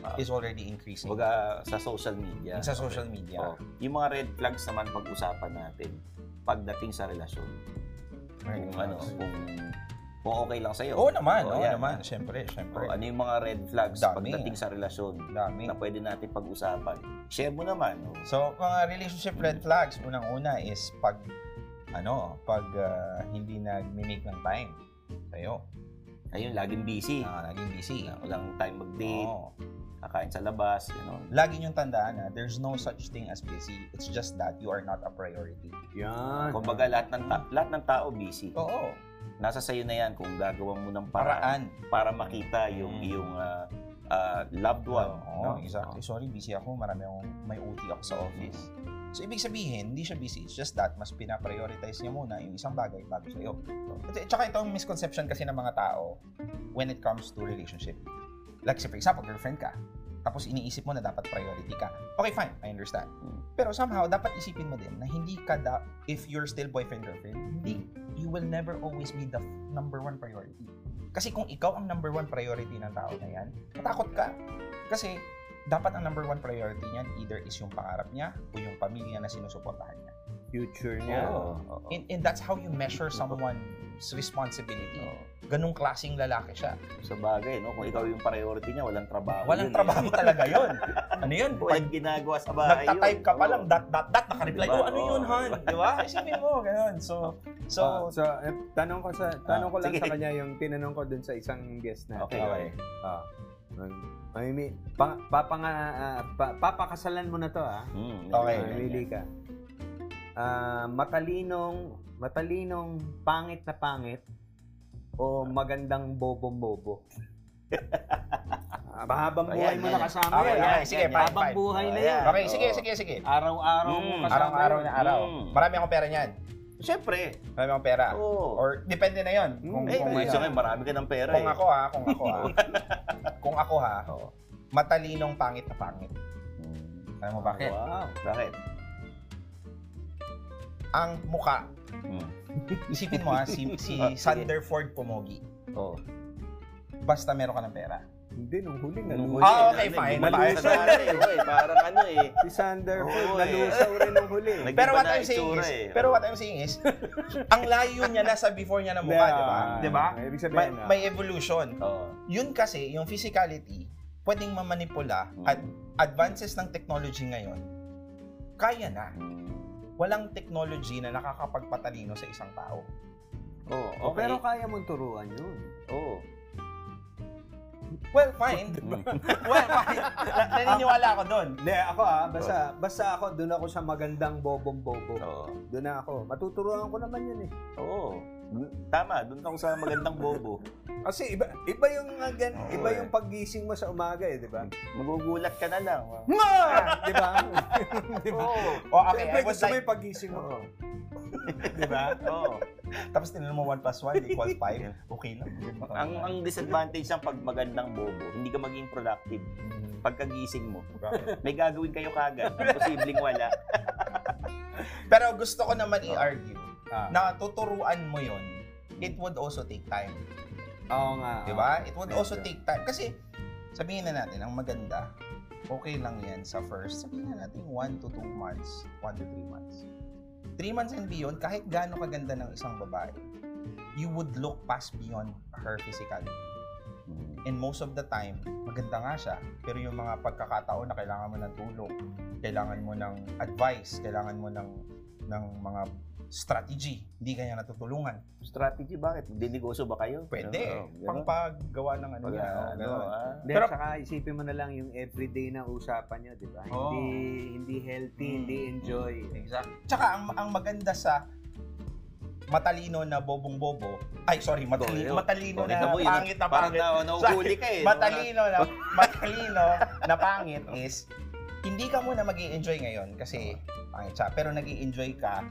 C: Ah.
D: is already increasing
C: Kumbaga, Oh, sa social media.
D: sa social media.
C: Oo. Yung mga red flags naman pag-usapan natin pagdating sa relasyon. Kung ano, Oh, kung, kung okay lang sa'yo.
D: Oo naman, oo
C: yan.
D: naman, syempre,
C: Oo,
D: syempre.
C: ano yung mga red flags
D: Dami.
C: pagdating sa relasyon
D: Dami.
C: na pwede natin pag-usapan? Share mo naman. no?
D: So, mga relationship red flags, unang-una is pag, ano, pag ah, hindi nag-make ng time sa'yo.
C: Ayun, laging busy.
D: Ah, naging busy.
C: Walang time mag-date,
D: Oo.
C: kakain sa labas, gano'n.
D: Lagi niyong tandaan na there's no such thing as busy. It's just that you are not a priority.
B: yan?
C: Kumbaga lahat ng ta- lahat ng tao busy.
D: Oo.
C: Nasa sayo na 'yan kung gagawa mo ng paraan
D: Paraan.
C: para makita yung
D: Mm.
C: yung ah, ah, loved one.
D: Oo,
C: no?
D: exactly. Eh, Sorry, busy ako. Marami akong, may OT ako sa office. So, ibig sabihin, hindi siya busy. It's just that, mas pinaprioritize niya muna yung isang bagay bago sa'yo. At at saka itong misconception kasi ng mga tao when it comes to relationship. Like, say, for example, girlfriend ka. Tapos iniisip mo na dapat priority ka. Okay, fine. I understand. Pero somehow, dapat isipin mo din na hindi ka, da- if you're still boyfriend-girlfriend, hindi, you will never always be the f- number one priority. Kasi kung ikaw ang number one priority ng tao na yan, matakot ka. Kasi dapat ang number one priority niyan either is yung pangarap niya o yung pamilya na sinusuportahan niya.
B: Future
C: Yeah.
B: niya.
C: Oo, oo.
D: And, and that's how you measure someone's responsibility.
C: Oo.
D: Ganong klasing lalaki siya.
C: Sa bagay, no? Kung ikaw yung priority niya, walang trabaho.
D: Walang
C: yun,
D: trabaho
C: eh.
D: talaga yon. Ano yun? Pag
C: Walang ginagawa sa bahay yun.
D: nagtatype ka pa
C: Oo.
D: lang, dot, dot, dot, nakareply.
C: Diba?
D: Oh, ano yun,
C: Oo.
D: hon? Di ba? Isipin mo, ganun. So,
B: So,
D: so,
B: so eh, tanong ko sa tanong
C: Ah,
B: ko lang
C: sige.
B: sa kanya yung tinanong ko dun sa isang guest na.
C: Okay, okay.
B: Ah. Um, I mean, pa, papanga, ah, pa- papakasalan mo na to ah.
C: Mm,
D: Okay.
C: ganyan,
B: Mamili ka. Ah, matalinong matalinong pangit na pangit o magandang bobong-bobo. Ah, habang buhay
C: Ayan,
B: mo eh. na
C: ayan.
B: kasama yan.
D: okay,
C: yeah,
D: okay, sige,
C: yeah,
D: fine,
B: Habang
D: fine.
B: buhay na
C: Ayan.
B: yan.
D: Okay,
C: Oo.
D: sige, sige, sige.
B: Oh, Hmm. Araw-araw mo
C: Mm,
B: kasama
D: Araw-araw
B: yun.
D: na araw.
C: Mm.
D: Marami akong pera niyan.
C: ganyan. Siyempre.
D: Marami akong pera.
C: Oo.
D: Ah. Or, depende na yon. Kung,
B: Mm,
C: eh,
D: kung, ah,
C: kung
B: yeah.
C: isa kayo, marami ka ng pera
D: Kung
C: eh.
D: ako ha, kung ako ha. kung ako ha, matalinong pangit na pangit.
C: Mm.
D: Alam mo bakit?
B: Wow.
C: Bakit?
D: Ang muka,
C: Mm.
D: isipin mo ha, si, si
C: Ah, sige.
D: Sander Ford Pomogi.
C: Oo.
D: Basta meron ka ng pera.
B: Hindi, nung huli nga.
C: Nung
D: huli. Ah,
C: ano
D: okay,
C: eh,
D: fine.
C: bumalusa
B: Fine.
C: na rin, oy, Parang ano eh.
B: Si Sander,
C: Oo,
B: Ford,
C: eh.
B: nalusaw rin nung huli.
C: Nag-
D: Pero
C: Iba
D: what
C: na
D: I'm saying
C: itsura
D: is,
C: eh.
D: pero what I'm saying is, ang layo niya na sa before niya na mukha, di ba?
B: Yan.
D: Di ba?
B: Ibig
D: May,
B: sabihin na.
D: may evolution.
C: Oo.
D: Yun kasi, yung physicality, pwedeng mamanipula
C: Mm.
D: at advances ng technology ngayon, kaya na. Walang technology na nakakapagpatalino sa isang tao.
C: Oo,
B: Oh,
C: okay.
B: Pero kaya mong turuan yun.
C: Oo.
D: Well, fine. well, fine. Na- naniniwala ako doon.
B: Hindi, ako ah, basta, basta ako, doon ako sa magandang bobong-bobo.
C: Oo.
B: Doon na ako. Matuturuan ko naman yun eh.
C: Oo. Tama, doon ako sa magandang bobo.
B: Kasi iba, iba yung, ah, gan-
C: Oo,
B: iba
C: eh.
B: yung paggising mo sa umaga eh, di ba?
C: Magugulat ka na lang. oh.
B: Ma! di ba? di ba?
C: Oo.
D: Oh, okay,
B: Siyempre,
D: I was
B: gusto mo
D: like,
B: yung paggising mo.
D: di ba?
C: Oo.
D: Tapos tinanong mo 1 plus 1 equals 5. Okay lang.
C: Ang ang disadvantage ng pag magandang bobo, hindi ka maging productive. Mm-hmm. Pagkagising mo, may gagawin kayo kagad. Imposibleng wala.
D: Pero gusto ko naman i-argue
B: Ah.
D: na tuturuan mo yon it would also take time.
B: Oo nga.
D: Di ba? Diba? It would
B: Medyo.
D: also take time. Kasi sabihin na natin, ang maganda, okay lang yan sa first, sabihin na natin 1 to 2 months, 1 to 3 months. 3 months and beyond, kahit gaano kaganda ng isang babae, you would look past beyond her physicality.
C: Hmm.
D: And most of the time, maganda nga siya. Pero yung mga pagkakataon na kailangan mo ng tulong, kailangan mo ng advice, kailangan mo ng, ng mga strategy, hindi ka niya natutulungan.
C: Strategy, bakit? Dinigoso ba kayo?
D: Pwede.
C: Ganun, ganun.
D: Pangpagawa ng ano
C: Pag-
D: niya. oh,
C: ano,
D: ganun.
C: ah.
B: Hindi,
D: Pero-
B: tsaka isipin mo na lang yung everyday na usapan nyo, di ba?
D: Oo.
B: Hindi, hindi healthy,
D: Mm.
B: hindi enjoy.
D: Exactly. Tsaka ang, ang maganda sa matalino na bobong-bobo, ay sorry, matalino,
C: Yun.
D: matalino
C: Nakita
D: na
C: mo, yun,
D: pangit na
C: parang
D: pangit.
C: na- nahuhuli ka eh.
D: matalino na matalino na pangit is hindi ka muna mag enjoy ngayon kasi pangit siya. Pero nag enjoy ka,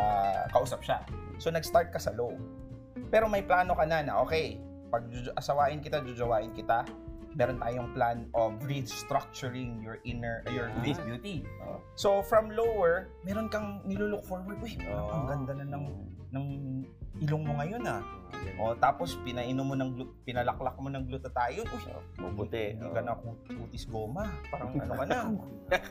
D: ah, kausap siya. So, nag-start ka sa low. Pero may plano ka na na, okay, pag juju- asawain kita, jujawain kita, meron tayong plan of restructuring your inner, your
B: Yeah.
D: this beauty.
C: Oo.
D: So, from lower, meron kang nilulook forward. Uy, ang ganda na ng, ng ilong mo ngayon ah.
C: Mm.
D: O tapos pinainom mo ng glu- pinalaklak mo ng glutathione. Uy,
C: Mabuti.
D: Hindi ka na ku- kutis goma. Parang ano ka na.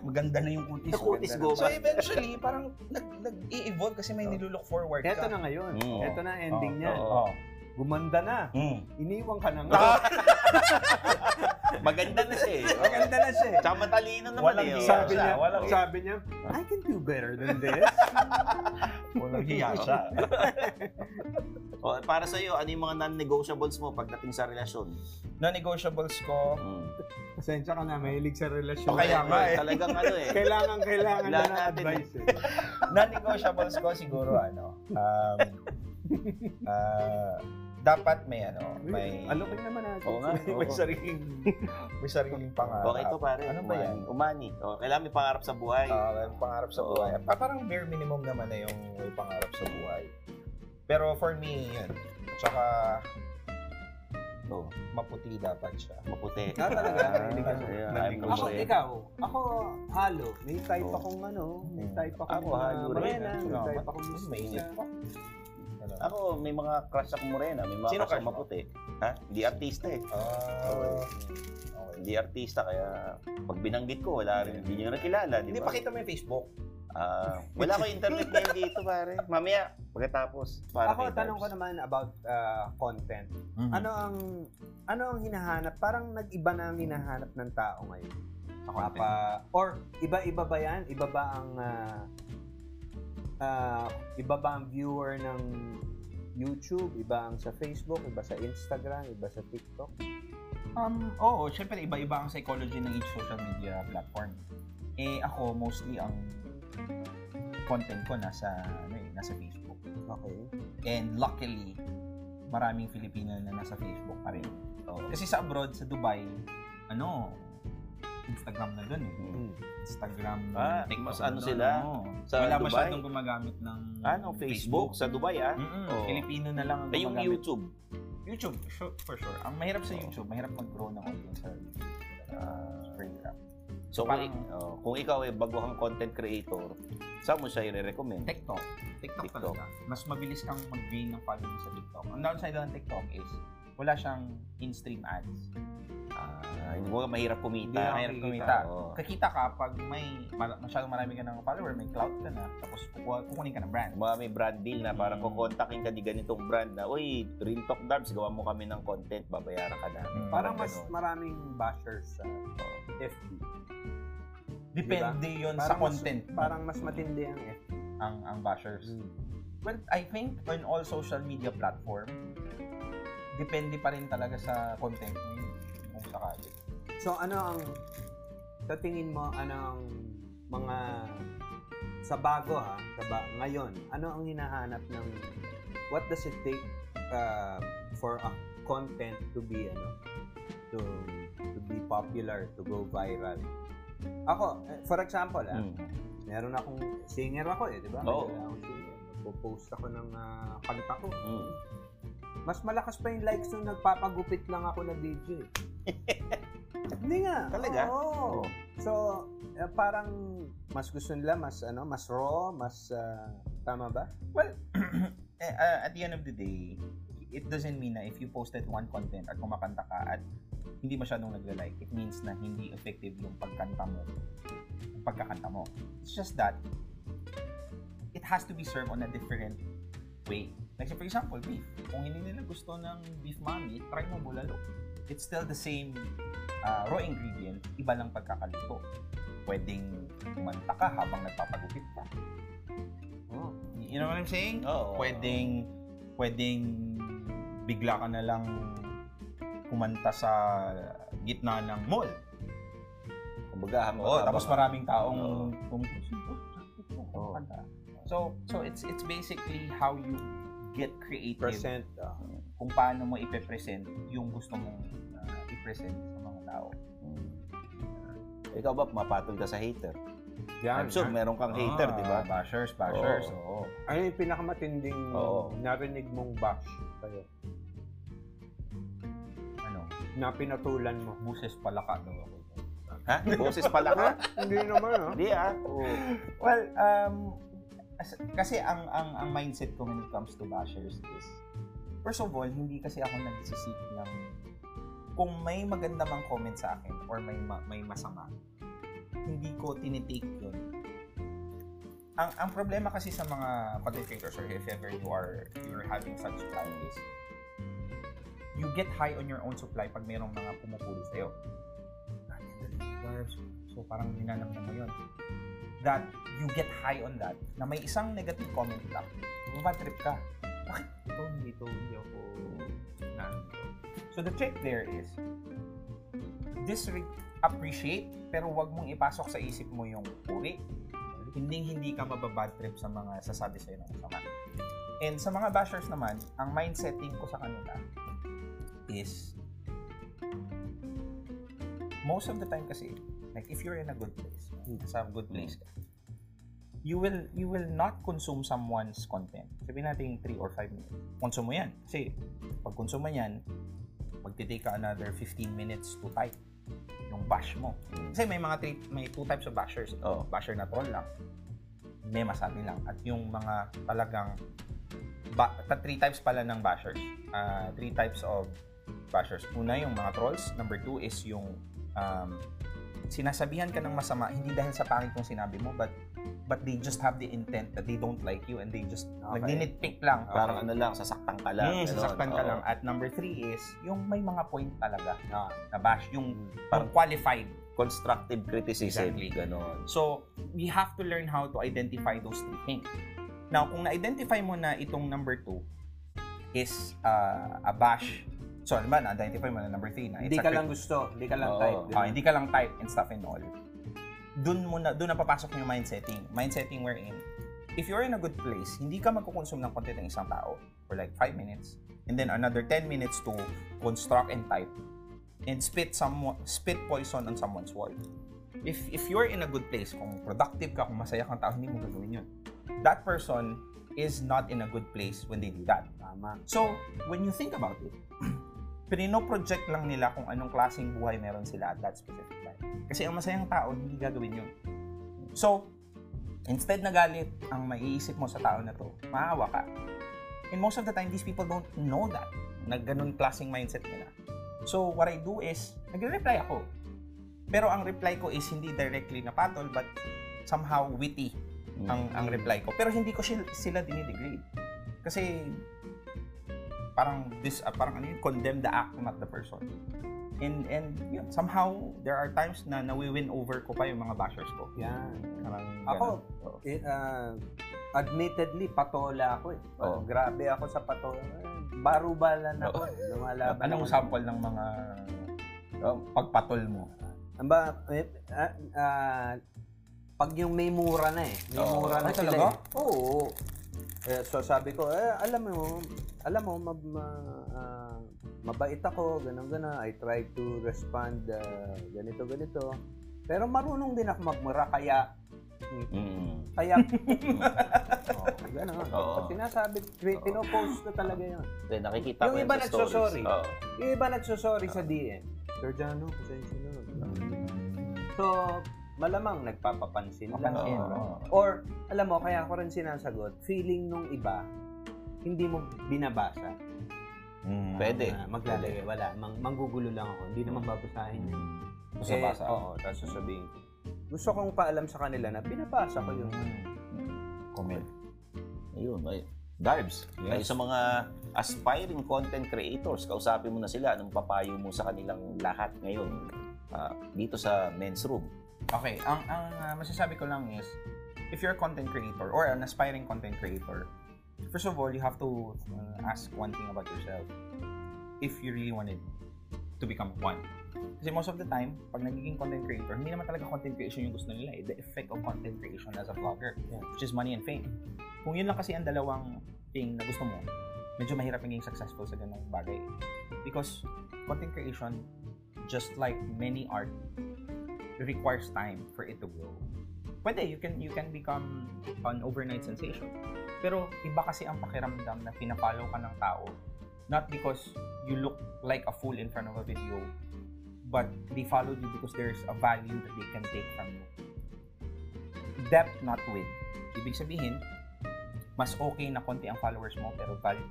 D: Maganda na yung kutis.
C: Nakutis
B: Ganda
C: go
D: So
C: ba?
D: eventually, parang nag, nag-i-evolve kasi may
B: Oh.
D: nilulook forward
B: Ito
D: ka.
B: na ngayon.
C: Mm.
B: Ito na ang ending
C: Oo,
B: niya.
C: oo.
D: Oh.
B: Gumanda na.
D: Mm.
B: Iniwan ka na nga.
D: Ah!
C: Maganda na siya eh.
B: Maganda na siya. eh.
C: Tsaka matalino naman
D: Walang
C: eh. oh.
D: hiya
B: Sabi
D: siya,
B: niya,
D: walang-
B: sabi niya, I can do better than this.
D: Walang hiya siya.
C: Oh, para sa iyo, ano yung mga non-negotiables mo pagdating sa relasyon? Hmm.
D: Non-negotiables ko.
B: Pasensya ka na, mahilig sa relasyon.
D: O kaya nga eh.
C: Talagang ano eh.
B: Kailangan, kailangan na
C: Wala
B: ng
C: natin.
B: advice eh.
D: Non-negotiables ko siguro ano. Um, ah, dapat may ano, may
B: Alokin naman natin.
C: Oo nga, oo.
D: sariling may sariling pangarap.
C: Okay, ito pare.
D: Ano ba yan?
C: Umani. Oh, kailangan may pangarap sa buhay.
D: Ah, may pangarap sa buhay. Pa- parang bare minimum naman na yung may pangarap sa buhay. Pero for me, yun. Tsaka
C: Oh,
D: maputi dapat siya.
C: maputi.
B: Ah, talaga? Mahilig ka sa-
C: yeah, I'm
D: Mahilig ka
B: Ako,
D: sa-
C: maputi.
B: ikaw. Ako, halo. May type
C: Oo.
B: akong ano. May
C: Mm.
B: type akong
C: Ako,
B: mga
C: halo rin.
B: morena, May
D: Ano,
B: type akong
D: mas mainit
B: mistisa.
D: pa. Ano?
C: Ako, may mga crush akong morena. May mga
D: Sino
C: crush
D: crush
C: akong
D: mo?
C: maputi. Ha? Hindi artista eh.
D: Ah, okay.
C: Hindi artista, kaya pag binanggit ko, wala rin. Hindi nyo rin kilala, di
D: Hindi,
C: ba?
D: pakita mo yung Facebook.
C: Ah, wala ko internet ngayon dito, pare. Mamaya, pagkatapos. Para
B: Ako,
C: kay
B: tanong ko
C: Darbs.
B: naman about ah, content.
D: Ano?
C: Mhm.
B: Ano ang ano ang hinahanap? Parang nag-iba na ang hinahanap ng tao ngayon. Papa, or iba-iba ba 'yan? Iba ba ang ah, ah, iba ba ang viewer ng YouTube, iba ang sa Facebook, iba sa Instagram, iba sa TikTok.
D: Um, oo, syempre iba-iba ang psychology ng each social media platform. Eh ako mostly ang content ko nasa ano eh, nasa Facebook.
B: Okay.
D: And luckily, maraming Filipino na nasa Facebook pa rin.
C: Oo.
D: Kasi sa abroad, sa Dubai, ano, Instagram na dun eh.
B: Hmm.
C: Mm.
D: Instagram,
C: Ah,
D: TikTok
C: mas
D: na
C: ano
D: dun,
C: sila?
D: ano.
C: Sa
D: Wala
C: Dubai?
D: masyadong gumagamit ng
C: Ano, Facebook? Sa Dubai, ah?
D: Mm-mm,
C: Oo.
D: Filipino na lang ang
C: Ay, yung
D: gumagamit.
C: YouTube.
D: YouTube, sure, for sure. Ang mahirap sa
C: Oo.
D: YouTube, mahirap mag-grow ng audience sa YouTube.
C: Ah.
D: Very hirap.
C: So, kung,
D: Parang-
C: oh, kung ikaw ay baguhang content creator, saan mo siya i-recommend?
D: TikTok. TikTok,
C: TikTok.
D: talaga. Mas mabilis kang mag-gain ng following sa TikTok. Ang downside lang ng TikTok is, wala siyang in-stream ads.
C: Ah, hindi mo mahirap
D: Hindi na
C: kumita.
D: mahirap
B: nakikita.
D: kumita.
C: Oo.
D: Kakita ka pag may mar- masyadong marami ka ng follower, may clout ka na, tapos kukuha, kukunin ka ng brand.
C: Mga may brand deal na parang kukontakin ka di ganitong brand na, Uy, Real Talk Darbs, gawa mo kami ng content, babayaran ka na.
D: Mm.
B: Parang mas
C: ganun.
B: maraming bashers sa FB.
D: Diba? Depende yun sa
B: Parang mas-
D: content
B: Parang mas matindi ang FB.
D: ang, ang bashers. Well, I think on all social media platform, depende pa rin talaga sa content mo yun, kung sakali.
B: So ano ang sa tingin mo ano ang mga sa bago ha, sa ba, ngayon, ano ang hinahanap ng what does it take uh, for a content to be ano to to be popular, to go viral? Ako, eh, for example, ah,
C: Mm.
B: meron akong singer ako eh, di ba?
C: Oo.
B: Meron akong singer. Nagpo-post ako ng ah, kanta ko.
C: Mm.
B: Mas malakas pa yung likes nung nagpapagupit lang ako na video eh. Hindi nga.
C: Talaga?
B: Oo.
D: Oh.
C: Oo.
B: So, eh, parang mas gusto nila mas ano, mas raw, mas ah, tama ba?
D: Well, eh, uh, at the end of the day, it doesn't mean na if you posted one content at kumakanta ka at hindi masyadong nagla-like, it means na hindi effective yung pagkanta mo. Yung pagkakanta mo. It's just that it has to be served on a different way. Like say, for example, beef. Kung hindi nila gusto ng beef mami, try mo bulalo. It's still the same uh, raw ingredient, iba lang pagkakaluto. Pwedeng kumanta ka habang nagpapagupit ka. Oh, You know what I'm saying?
C: Oo.
D: pwedeng pwedeng bigla ka na lang kumanta sa gitna ng mall.
C: Kumbaga,
D: Oo, tapos maraming
C: Oo.
D: taong tum-
B: Oo.
D: So, so it's it's basically how you get creative
B: Percent. ah.
D: kung paano mo ipe-present yung gusto mong uh, i-present sa mga tao.
C: Ikaw ba, mapatol ka sa hater?
B: Yan.
C: I'm sure meron kang hater,
D: Ah,
C: di ba?
D: Bashers, bashers. Oo.
B: Ano yung pinakamatinding
C: Oo.
B: narinig mong bash sa'yo?
D: Ano,
B: Na pinatulan mo?
D: buses palaka daw ako.
C: Ha? Boses pala ka?
B: Hindi naman ah.
C: Hindi ah.
D: Well, um, as- kasi ang, ang, ang mindset ko when it comes to bashers is, first of all, hindi kasi ako nagsisik ng, kung may maganda mang comment sa akin or may, ma- may masama, hindi ko tinitake yun. Ang, ang problema kasi sa mga content creators or if ever you are you're having such plan is you get high on your own supply pag mayroong mga pumupuro sa'yo. Ah, Barbs. So parang dinanamnam mo yun that you get high on that na may isang negative comment lang, mabatrip ka. Bakit ito hindi ito hindi ako na So the trick there is disre- appreciate pero wag mong ipasok sa isip mo yung puri. Hindi hindi ka mababad trip sa mga sasabi sa'yo ng masama. And sa mga bashers naman, ang mindsetting ko sa kanila is most of the time kasi, like if you're in a good place, sa good place ka, you will you will not consume someone's content. Sabihin natin 3 or 5 minutes. Consume mo yan. Kasi pag consume mo yan, magte-take ka another 15 minutes to type yung bash mo. Kasi may mga three, may two types of bashers.
C: Oo.
D: Basher na troll lang, may masabi lang. At yung mga talagang ba, ta- three types pala ng bashers. Ah, three types of bashers. Una, yung mga trolls. Number two is yung um, sinasabihan ka ng masama, hindi dahil sa pangit yung sinabi mo, but but they just have the intent that they don't like you and they just
B: Okay. Ah,
D: nagninitpick lang.
C: Parang ano lang, sasaktan ka lang.
D: Mm,
B: ano,
C: Ganon.
D: sasaktan ka
C: Oo.
D: lang. At number three is, yung may mga point talaga
B: Ah. Hmm.
D: na bash, yung
C: Parang
D: parang qualified.
C: Constructive criticism.
D: Exactly.
C: Ganon.
D: So, we have to learn how to identify those three things. Now, kung na-identify mo na itong number two is uh, a bash, so ano ba, na-identify mo na number three na
B: Hindi
D: it's a
B: ka
D: crit-
B: lang gusto. Hindi ka lang
C: Oo.
B: type.
D: Ah, hindi ka lang type and stuff and all. Doon mo na doon na papasok yung mind setting. Mind setting wherein if you're in a good place, hindi ka magkukonsume ng content ng isang tao for like 5 minutes and then another 10 minutes to construct and type and spit some spit poison on someone's wall. If if you're in a good place, kung productive ka, kung masaya kang tao, hindi mo gagawin yun. That person is not in a good place when they do that.
B: Tama.
D: So, when you think about it, pinoproject lang nila kung anong klaseng buhay meron sila at that specific time. Kasi ang masayang tao, hindi gagawin yun. So, instead na galit ang maiisip mo sa tao na to, maawa ka. And most of the time, these people don't know that, na ganun klaseng mindset nila. So, what I do is, nagre-reply ako. Pero ang reply ko is hindi directly na patol, but somehow witty ang ang reply ko. Pero hindi ko sila, sila dinidegrade. Kasi parang this ah, parang ano yun, condemn the act not the person. And and yun, somehow there are times na nawi-win over ko pa yung mga bashers ko.
B: Yan.
D: Parang
B: Ako,
D: ganun. Oo.
B: eh, ah, admittedly, patola ako eh.
C: Oo.
B: Grabe ako sa patola. Barubalan ako. eh. Lumalaban
D: anong
B: ako.
D: sample ng mga um, pagpatol mo?
B: Ang ba, eh, ah, ah, pag yung may mura na eh. May
C: Oo. Ah,
B: mura na
D: Ay,
B: sila
D: talaga?
B: eh. Oo. Eh, so sabi ko, eh, alam mo, alam mo, mab, ma- ah, mabait ako, ganun ganun. I try to respond ah, ganito ganito. Pero marunong din ako magmura, kaya
C: Mm.
B: kaya oh, ganun.
C: Oo.
B: Pag sinasabi, tri-
C: Oo.
B: pinopost ko talaga yun.
C: Then nakikita
B: Yung
C: ko
B: iba
C: sa
B: nagsosorry.
C: stories. Oo.
B: Yung iba nagsosorry sa DM. Sir Jano, pasensya na. So, malamang nagpapapansin lang.
D: Papansin,
B: Oo.
D: oo.
B: Or, alam mo, kaya ako rin sinasagot, feeling nung iba, hindi mo binabasa. Ah,
C: Pwede.
B: na maglalagay, wala. Mang, manggugulo lang ako. Hindi naman babasahin yun.
C: Basa-basa.
B: Mm. Eh, oo, tapos sasabihin ko. Gusto kong paalam sa kanila na pinabasa ko yung...
C: Comment. Ayun, ay. Darbs, kayo sa mga aspiring content creators, kausapin mo na sila anong papayo mo sa kanilang lahat ngayon ah, dito sa men's room.
D: Okay, ang ang ah, masasabi ko lang is if you're a content creator or an aspiring content creator, first of all, you have to uh, ask one thing about yourself. If you really wanted to become one. Kasi most of the time, pag nagiging content creator, hindi naman talaga content creation yung gusto nila eh. The effect of content creation as a vlogger, which is money and fame. Kung yun lang kasi ang dalawang thing na gusto mo, medyo mahirap maging successful sa ganung bagay. Because content creation, just like many art requires time for it to grow. Pwede, you can you can become an overnight sensation. Pero iba kasi ang pakiramdam na pinapalo ka ng tao. Not because you look like a fool in front of a video, but they followed you because there's a value that they can take from you. Depth, not width. Ibig sabihin, mas okay na konti ang followers mo, pero value.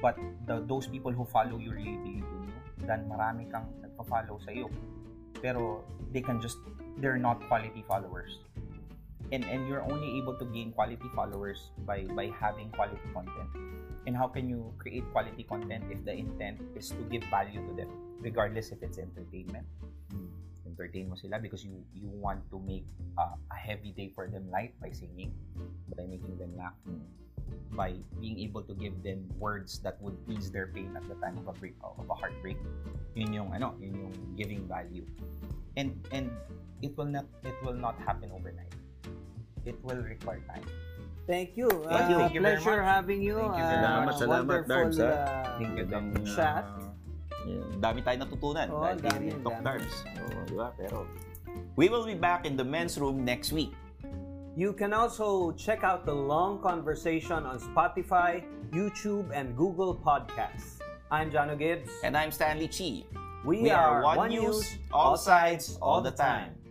D: But the, those people who follow you really believe in you, than marami kang nagpa-follow sa'yo pero they can just they're not quality followers and and you're only able to gain quality followers by by having quality content and how can you create quality content if the intent is to give value to them regardless if it's entertainment entertain mo sila because you you want to make uh, a heavy day for them light by singing by making them laugh by being able to give them words that would ease their pain at the time of a break of a heartbreak yun yung ano yun yung giving value and and it will not it will not happen overnight it will require time
B: Thank you.
D: Thank you.
B: Ah,
D: Thank you very
B: pleasure
D: much.
B: having you.
D: Thank you
B: Ah,
D: very much.
B: ah,
C: Salamat,
B: wonderful,
C: Darbs, ah.
B: ah,
C: Ang, ah,
B: Chat.
C: Ang dami tayong natutunan
B: Oo,
C: dahil
B: Oh, dami,
C: dami, kay Top
B: dami.
C: Darbs. Oo, di ba? Pero we will be back in the men's room next week.
B: You can also check out the long conversation on Spotify, YouTube, and Google Podcasts. I'm Jano Gibbs.
C: And I'm Stanley Chi.
B: we,
C: We are One News, all sides, all the time.